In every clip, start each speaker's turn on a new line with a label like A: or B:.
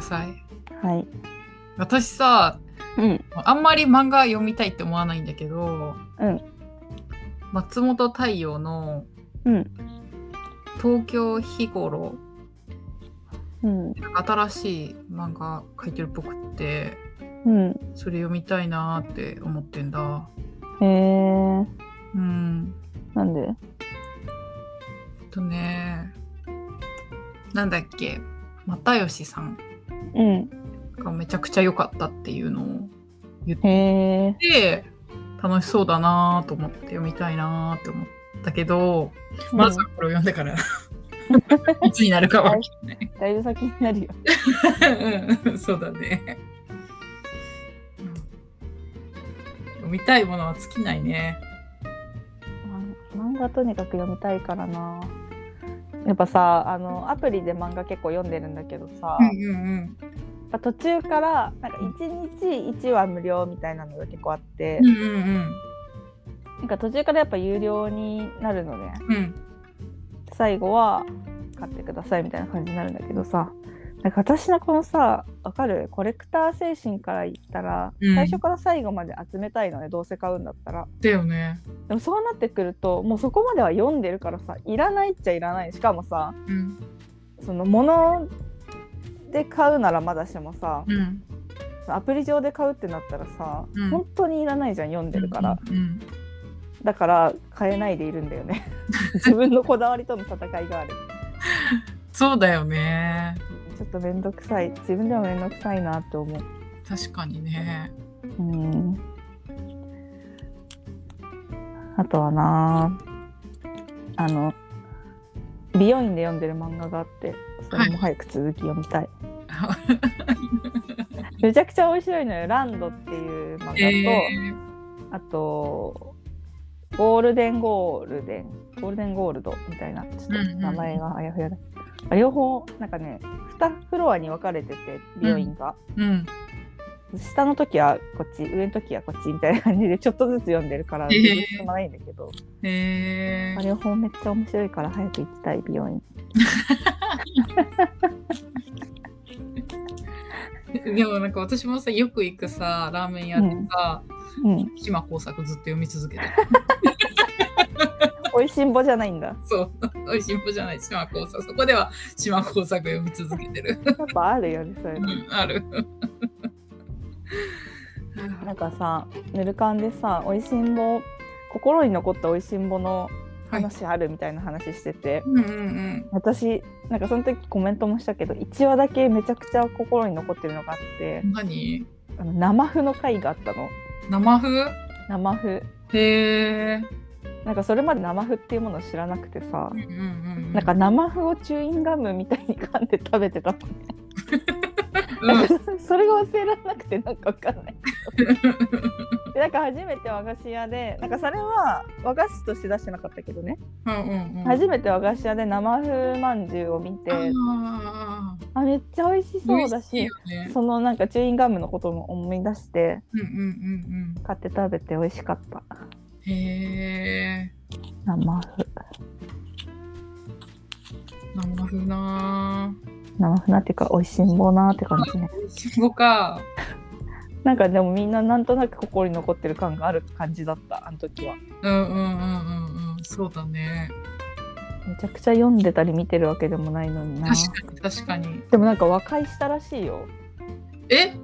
A: さい。
B: はい。
A: 私さ、
B: うん。
A: あんまり漫画読みたいって思わないんだけど、
B: うん
A: 松本太陽の
B: うん。
A: 東京日頃、
B: うん。
A: 新しい漫画書いてるっぽくって、
B: うん。
A: それ読みたいなーって思ってんだ。
B: へえ。
A: うん。
B: なんで
A: あとね、なんだっけ、又吉さん
B: うん。
A: がめちゃくちゃ良かったっていうのを言っ
B: へえ。
A: て、楽しそうだなーと思って読みたいなーって思ったけど、まずはこれを読んでから いつになるかは。
B: だいぶ先になるよ。
A: うんそうだね。読みたいものは尽きないね。
B: ま漫画とにかく読みたいからな。やっぱさあのアプリで漫画結構読んでるんだけどさ、やっ
A: ん
B: ぱ途中からなんか1日1話無料みたいなのが結構あって、
A: うんうん
B: なんか途中からやっぱ有料になるのね
A: うん。うん。
B: 最後は買ってくださいみたいな感じになるんだけどさなんか私のこのさわかるコレクター精神から言ったら、
A: うん
B: 最初から最後まで集めたいのねどうせ買うんだったら
A: だよね。
B: でもそうなってくるともうそこまでは読んでるからさいらないっちゃいらないしかもさ
A: うん
B: その物で買うならまだしもさ
A: うん。
B: アプリ上で買うってなったらさ、
A: うん
B: 本当にいらないじゃん読んでるから、
A: うん。
B: だから買えないでいるんだ よね自分のこだわりとの戦いがある
A: そうだよね。
B: ちょっと面倒くさい自分でも面倒くさいなって思う
A: 確かにね。
B: うんあとはなあの美容院で読んでる漫画があってそれも早く続き読みたい、めちゃくちゃ面白いのよ「ランド」っていう漫画と、
A: えー、
B: あと、ゴールデンゴールデン、ゴールデンゴールドみたいな、ちょっと名前があやふやだ。両方、なんかね、2フロアに分かれてて、美容院が。
A: うん。
B: 下の時はこっち、上の時はこっちみたいな感じで、ちょっとずつ読んでるから、
A: え
B: 全
A: ー
B: 然進まないんだけど、
A: え
B: まあ
A: ー、
B: 両方めっちゃ面白いから、早く行きたい、美容院。
A: でもなんか私もさよく行くさラーメン屋でさ、
B: うん、
A: 島耕作ずっと読み続けてる
B: おいしんぼじゃないんだ。や
A: そう、 おいしんぼじゃない、島工作。そこでは島工作読み続けてる。
B: っぱあるよね、そういうの。
A: ある。
B: なんかさ、ぬるかんでさ、おいしんぼ、心に残ったおいしんぼの
A: はい。
B: 話あるみたいな話してて、
A: うんうんうん。
B: 私なんかその時コメントもしたけど1話だけめちゃくちゃ心に残ってるのがあって
A: 何
B: あの生譜の回があったの
A: 生風
B: 生譜
A: へえ。
B: なんかそれまで生譜っていうものを知らなくてさ
A: うんうんうん。
B: なんか生譜をチューインガムみたいに噛んで食べてたの、
A: うん、うん
B: それが忘れられなくてなんかわかんないでなんか初めて和菓子屋でなんかそれは和菓子として出してなかったけどね、
A: うんうん。
B: 初めて和菓子屋で生譜まんじゅうを見て
A: あ
B: あめっちゃ美味し
A: ー
B: そうだし
A: 美味しいよね。
B: そのなんかチューインガムのことも思い出して
A: うんうんうん
B: 買って食べて美味しかった
A: うん。へえ。
B: 生麩
A: 生風なー。
B: 生麩なっていうか美味しんぼなって感じね
A: おい しんぼか。
B: なんかでもみんななんとなく心に残ってる感がある感じだったあの時は
A: うんうんうんうんうん。そうだね。
B: めちゃくちゃ読んでたり見てるわけでもないのにな
A: 確かに確かに。
B: でもなんか和解したらしいよ
A: え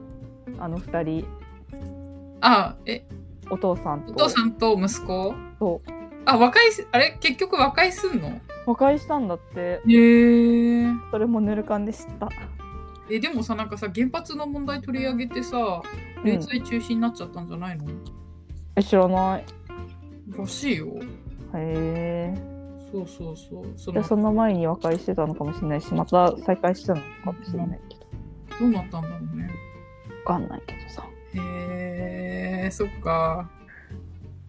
B: あの二人
A: あ、え、
B: お父さんと
A: お父さんと息子
B: そ
A: あ、和解す、あれ結局和解すんの
B: 和解したんだって
A: へえ。
B: それもぬる感で知った
A: え、でもさ、なんかさ、原発の問題取り上げてさ、
B: ん
A: 連載中止になっちゃったんじゃないの、
B: え知らない
A: らしいよ。
B: へえ
A: そうそうそう。そ
B: じ
A: の
B: ゃあその前に和解してたのかもしれないしまた再会してたのかもしれないけど
A: どうなったんだろうね。
B: 分かんないけどさ
A: へえ、そっか。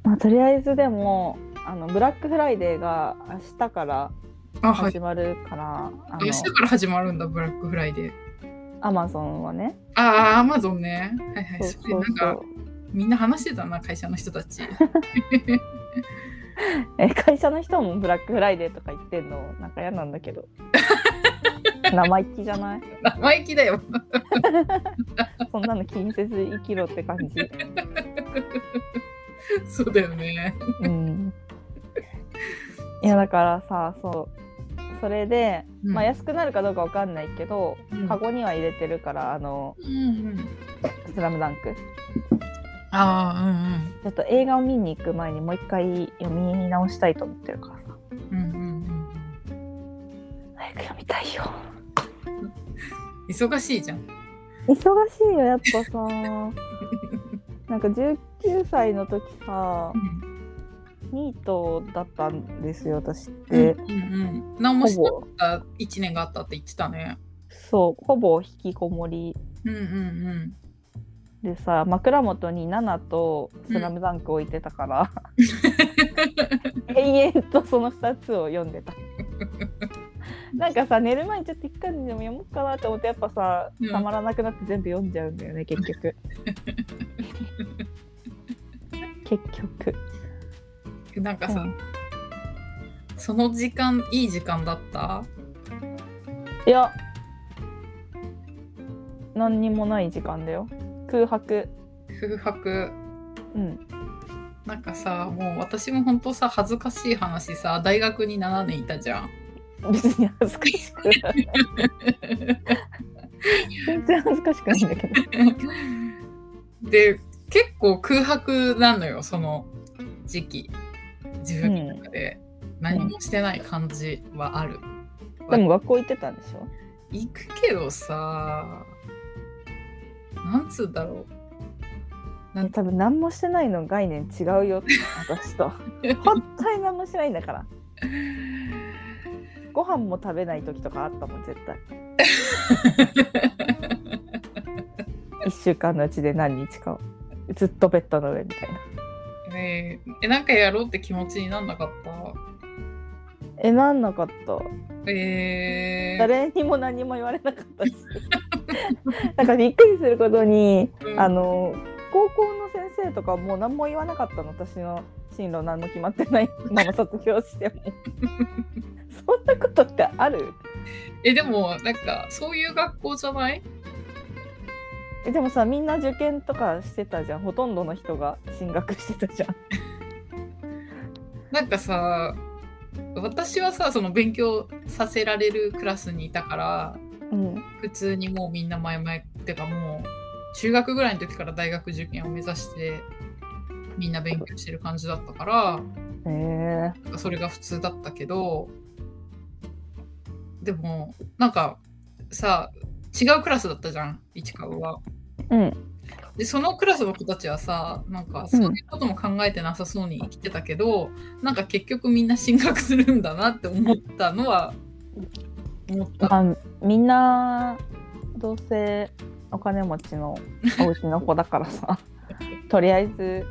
B: まあ、とりあえずでもあのブラックフライデーが明日から
A: あ、はい。
B: 始まるからあ
A: 明日から始まるんだ、ブラックフライデー。
B: のアマゾンはね
A: ああ、アマゾンね。はいはい。
B: そう
A: それ
B: そ
A: な
B: う
A: ん
B: そ
A: か、
B: う
A: みんな話してたな、会社の人たち。
B: え会社の人もブラックフライデーとか言ってんのなんか嫌なんだ けど生意気じゃない
A: 生意気だよ。
B: そんなの気にせず生きろって感じ、
A: そうだよね。
B: うん、いやだからさそうそれで、
A: うん
B: まあ、安くなるかどうかわかんないけど、
A: うん
B: カゴには入れてるからあの
A: うんうん。
B: 「スラムダンク
A: あ
B: ちょっと映画を見に行く前にもう一回読み直したいと思ってるからさ
A: あ、うんうん。うんうん
B: 早く読みたいよ
A: うん。忙しいじゃん。
B: 忙しいよやっ ぱさなんか19歳の時さ
A: うん
B: ニートだったんですよ私っ
A: うん
B: て、
A: うん。何もしなか
B: ほぼ
A: った一年があったって言ってたね。
B: そうほぼ引きこもり
A: うんうん
B: でさ枕元に「ナナ」と「スラムダンク置いて たから、延々とその2つを読んでたなんかさ寝る前にちょっと一回でも読もうかなと思ってやっぱさ
A: うん
B: たまらなくなって全部読んじゃうんだよね 結局結局
A: うん。なんか
B: う
A: さ、
B: ん
A: その時間いい時間だった。
B: いや何にもない時間だよ空白
A: 空白。
B: うん
A: なんかさもう私も本当さ恥ずかしい話さ大学に7年いたじゃん。
B: 別に恥ずかしくない全然恥ずかしくないんだけど
A: で結構空白なのよその時期自分の中で、何もしてない感じはある、
B: でも学校行ってたんでしょ
A: 行くけどさなんつうんだ ろ
B: 多分何もしてないの概念違うよ私と本当に何もしてないんだから
A: う
B: ご飯も食べない時とかあったもん絶対1週間のうちで何日かをずっとベッドの上みたいな
A: ねええなんかやろうって気持ちになんなかった
B: えなんなかった
A: えー、
B: 誰にも何も言われなかったしなんかびっくりすることに
A: うん
B: あの高校の先生とかもう何も言わなかったの私の進路何も決まって ないまま卒業してもそんなことってある
A: えでもなんかそういう学校じゃない
B: えでもさみんな受験とかしてたじゃんほとんどの人が進学してたじゃん。
A: なんかさ私はさその勉強させられるクラスにいたから
B: うん、
A: 普通にもうみんな前々ってかもう中学ぐらいの時から大学受験を目指してみんな勉強してる感じだったか
B: え
A: らそれが普通だったけどでもなんかさ違うクラスだったじゃん市川は。
B: うん
A: でそのクラスの子たちはさなんかそういうことも考えてなさそうに生きてたけど、なんか結局みんな進学するんだなって思ったのは思った。
B: まあみんなどうせお金持ちのお家の子だから さとりあえず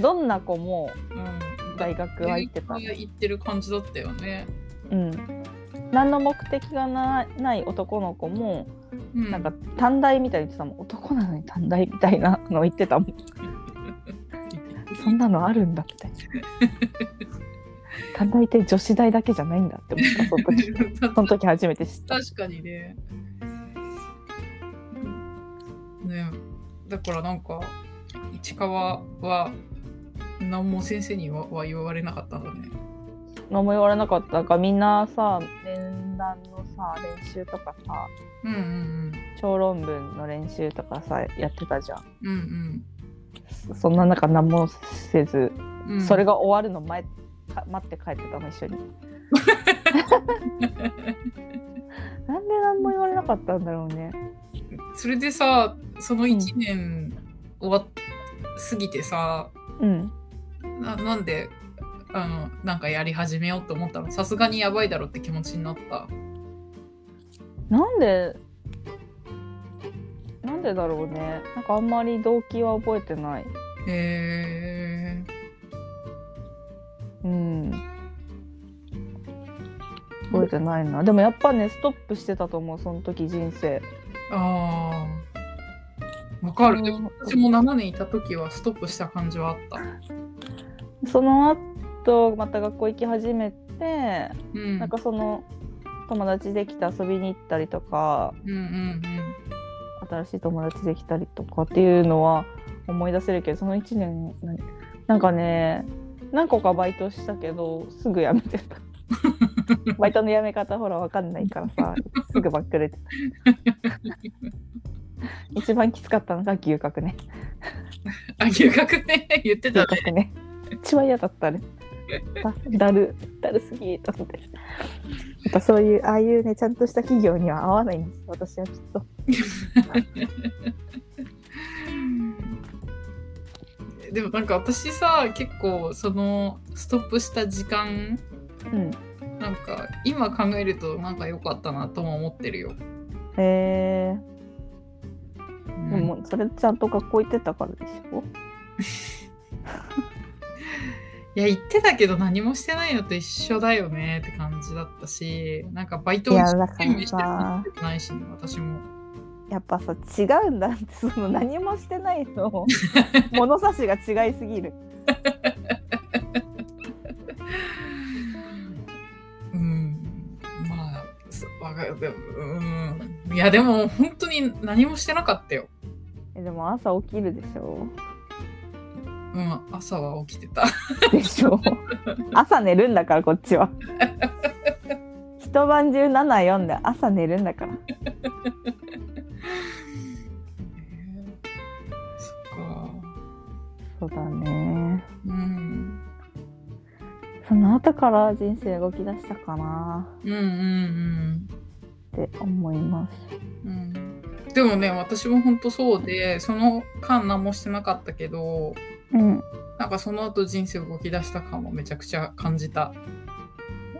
B: どんな子も
A: うん、
B: 大学は行ってた
A: 大。学行ってる感じだったよね。
B: うん何の目的がなない男の子も
A: う
B: な んか短大みたいに言ってたもん男なのに短大みたいなの言ってたもん そんなのあるんだみたいな。短大って女子大だけじゃないんだって思ったその 時その時初めて知った。
A: 確かにね。ねだからなんか市川は何も先生にはは言われなかったんだね。
B: 何も言われなかったからみんなさ面談のさ練習とかさ
A: うんうん
B: 小論文の練習とかさやってたじゃん。
A: うん。うん
B: そそんな中何もせず、
A: うんうん、
B: それが終わるの前か待って帰ってたの一 緒に。なんで何も言われなかったんだろうね。
A: それでさその1年終わっ過ぎてさ
B: うん。
A: ななんであのなんかやり始めようと思ったのさすがにやばいだろって気持ちになった
B: なんでなんでだろうねなんかあんまり動機は覚えてない
A: へえ
B: うん覚えてないなでもやっぱねストップしてたと思うその時人生
A: あーわかるでも
B: うん
A: 私も7年いた時はストップした感じはあった
B: そのとまた学校行き始めて、
A: うん
B: なんかその友達できて遊びに行ったりとか
A: うんうん
B: 新しい友達できたりとかっていうのは思い出せるけどその1年何なんかね何個かバイトしたけどすぐ辞めて たバイトの辞め方ほら分かんないからさすぐバックれ てた一番きつかったのが牛角ね
A: あ牛角ね 言ってた
B: 牛
A: ね
B: 角ね一番嫌だったあれだだるだるすぎと思ってやっぱそういうああいうねちゃんとした企業には合わないんです私はきっと
A: でもなんか私さ結構そのストップした時間
B: うん
A: なんか今考えるとなんか良かったなとも思ってるよ。
B: へえ
A: う
B: で
A: ん
B: もそれちゃんと学校行ってたからでしょ
A: いや言ってたけど何もしてないのと一緒だよねって感じだったしなんかバイトを
B: い
A: 一
B: や
A: 生
B: だからさ
A: 懸命してるのってないし、ね、私も。
B: やっぱさ違うんだってその何もしてないの物差しが違いすぎる
A: うんまあそわかでもうんいやでも本当に何もしてなかったよ。
B: えでも朝起きるでしょ
A: うん朝は起きてた。
B: でしょ朝寝るんだからこっちは一晩中7読んで朝寝るんだから
A: そっか。
B: そうだね
A: うん
B: その後から人生動き出したかな
A: うんうん
B: って思います
A: うんうん。でもね私も本当そうでその間何もしてなかったけど
B: うん
A: なんかその後人生動き出した感もめちゃくちゃ感じた。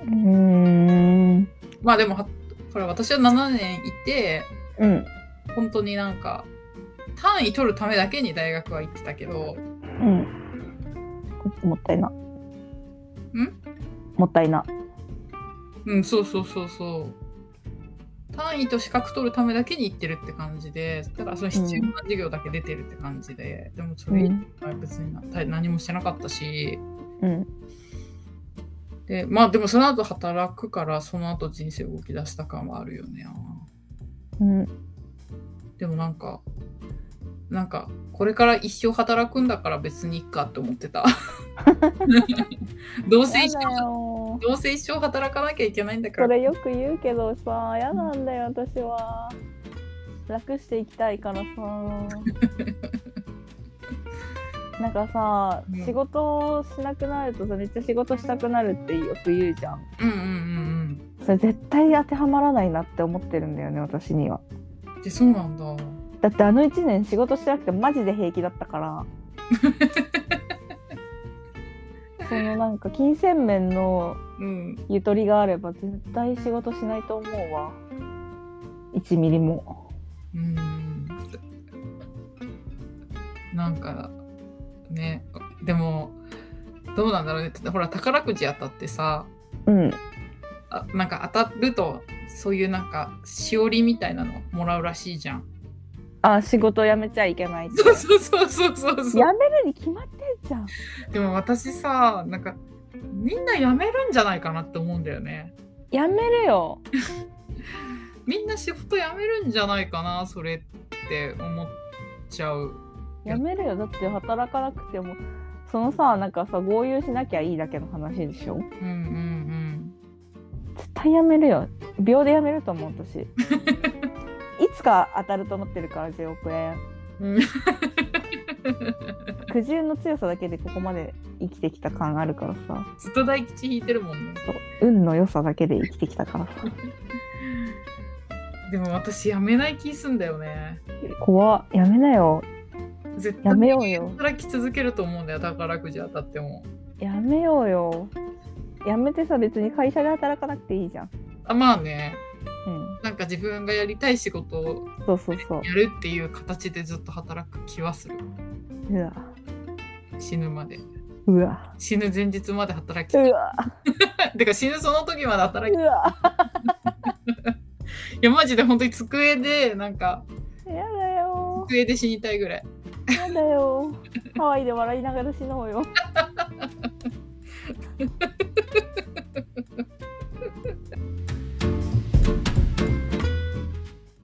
B: うん
A: まあでもはほら私は7年いて
B: うん
A: 本当になんか単位取るためだけに大学は行ってたけど
B: うんもったいなんもったいな
A: うんそうそうそうそう単位と資格取るためだけに行ってるって感じでだからその必要な授業だけ出てるって感じで、でもそれ以外は別にな大何もしてなかったし
B: うん
A: でまあでもその後働くからその後人生動き出した感はあるよね
B: うん
A: でもなんかなんかこれから一生働くんだから別にいいかって思って たどうせ一
B: やだ
A: 生
B: よ
A: どうせ一生働かなきゃいけないんだか
B: そ
A: ら
B: れよく言うけどさ嫌なんだよ私は楽していきた いからさなんかさ
A: うん
B: 仕事をしなくなるとさめっちゃ仕事したくなるってよく言うじゃん
A: うんうんうん
B: それ絶対当てはまらないなって思ってるんだよね私には
A: うんでそうなんだ
B: だってあの1年仕事してなくてマジで平気だったから そのなんか金銭面の
A: うん
B: ゆとりがあれば絶対仕事しないと思うわ1ミリも
A: うーんなんかねでもどうなんだろうねほら宝くじ当たってさ
B: うん
A: あなんか当たるとそういうなんかしおりみたいなのもらうらしいじゃん
B: あ仕事辞めちゃいけないって
A: そうそうそうそうそう
B: 辞
A: そ
B: め
A: う
B: るに決まってんじゃん
A: でも私さなんかみんな辞めるんじゃないかなって思うんだよね
B: 辞めるよ
A: みんな仕事辞めるんじゃないかなそれって思っちゃう
B: 辞めるよだって働かなくてもそのさなんかさ合流しなきゃいいだけの話でしょ
A: うんうん
B: 絶対辞めるよ秒で辞めると思う私 いつか当たると思ってるから10億円
A: うんうん
B: 苦渋の強さだけでここまで生きてきた感あるからさ
A: ずっと大吉引いてるもんね
B: そう運の良さだけで生きてきたからさ
A: でも私辞めない気すんだよね。
B: 怖っやめなよ
A: 絶対
B: やめようよ
A: 働き続けると思うんだよ宝くじ当たっても。
B: やめようよやめてさ別に会社で働かなくていいじゃん
A: あまあね
B: うん
A: なんか自分がやりたい仕事を
B: そうそうそう
A: やるっていう形でずっと働く気はする
B: うわ
A: 死ぬまで
B: うわ
A: 死ぬ前日まで働き
B: う
A: たい
B: わ
A: てか死ぬその時まで働
B: う
A: きい
B: わ
A: やマジで本当に机でなんか
B: やだよ
A: 机で死にたいぐらい
B: やだよハワイで笑いながら死のうよ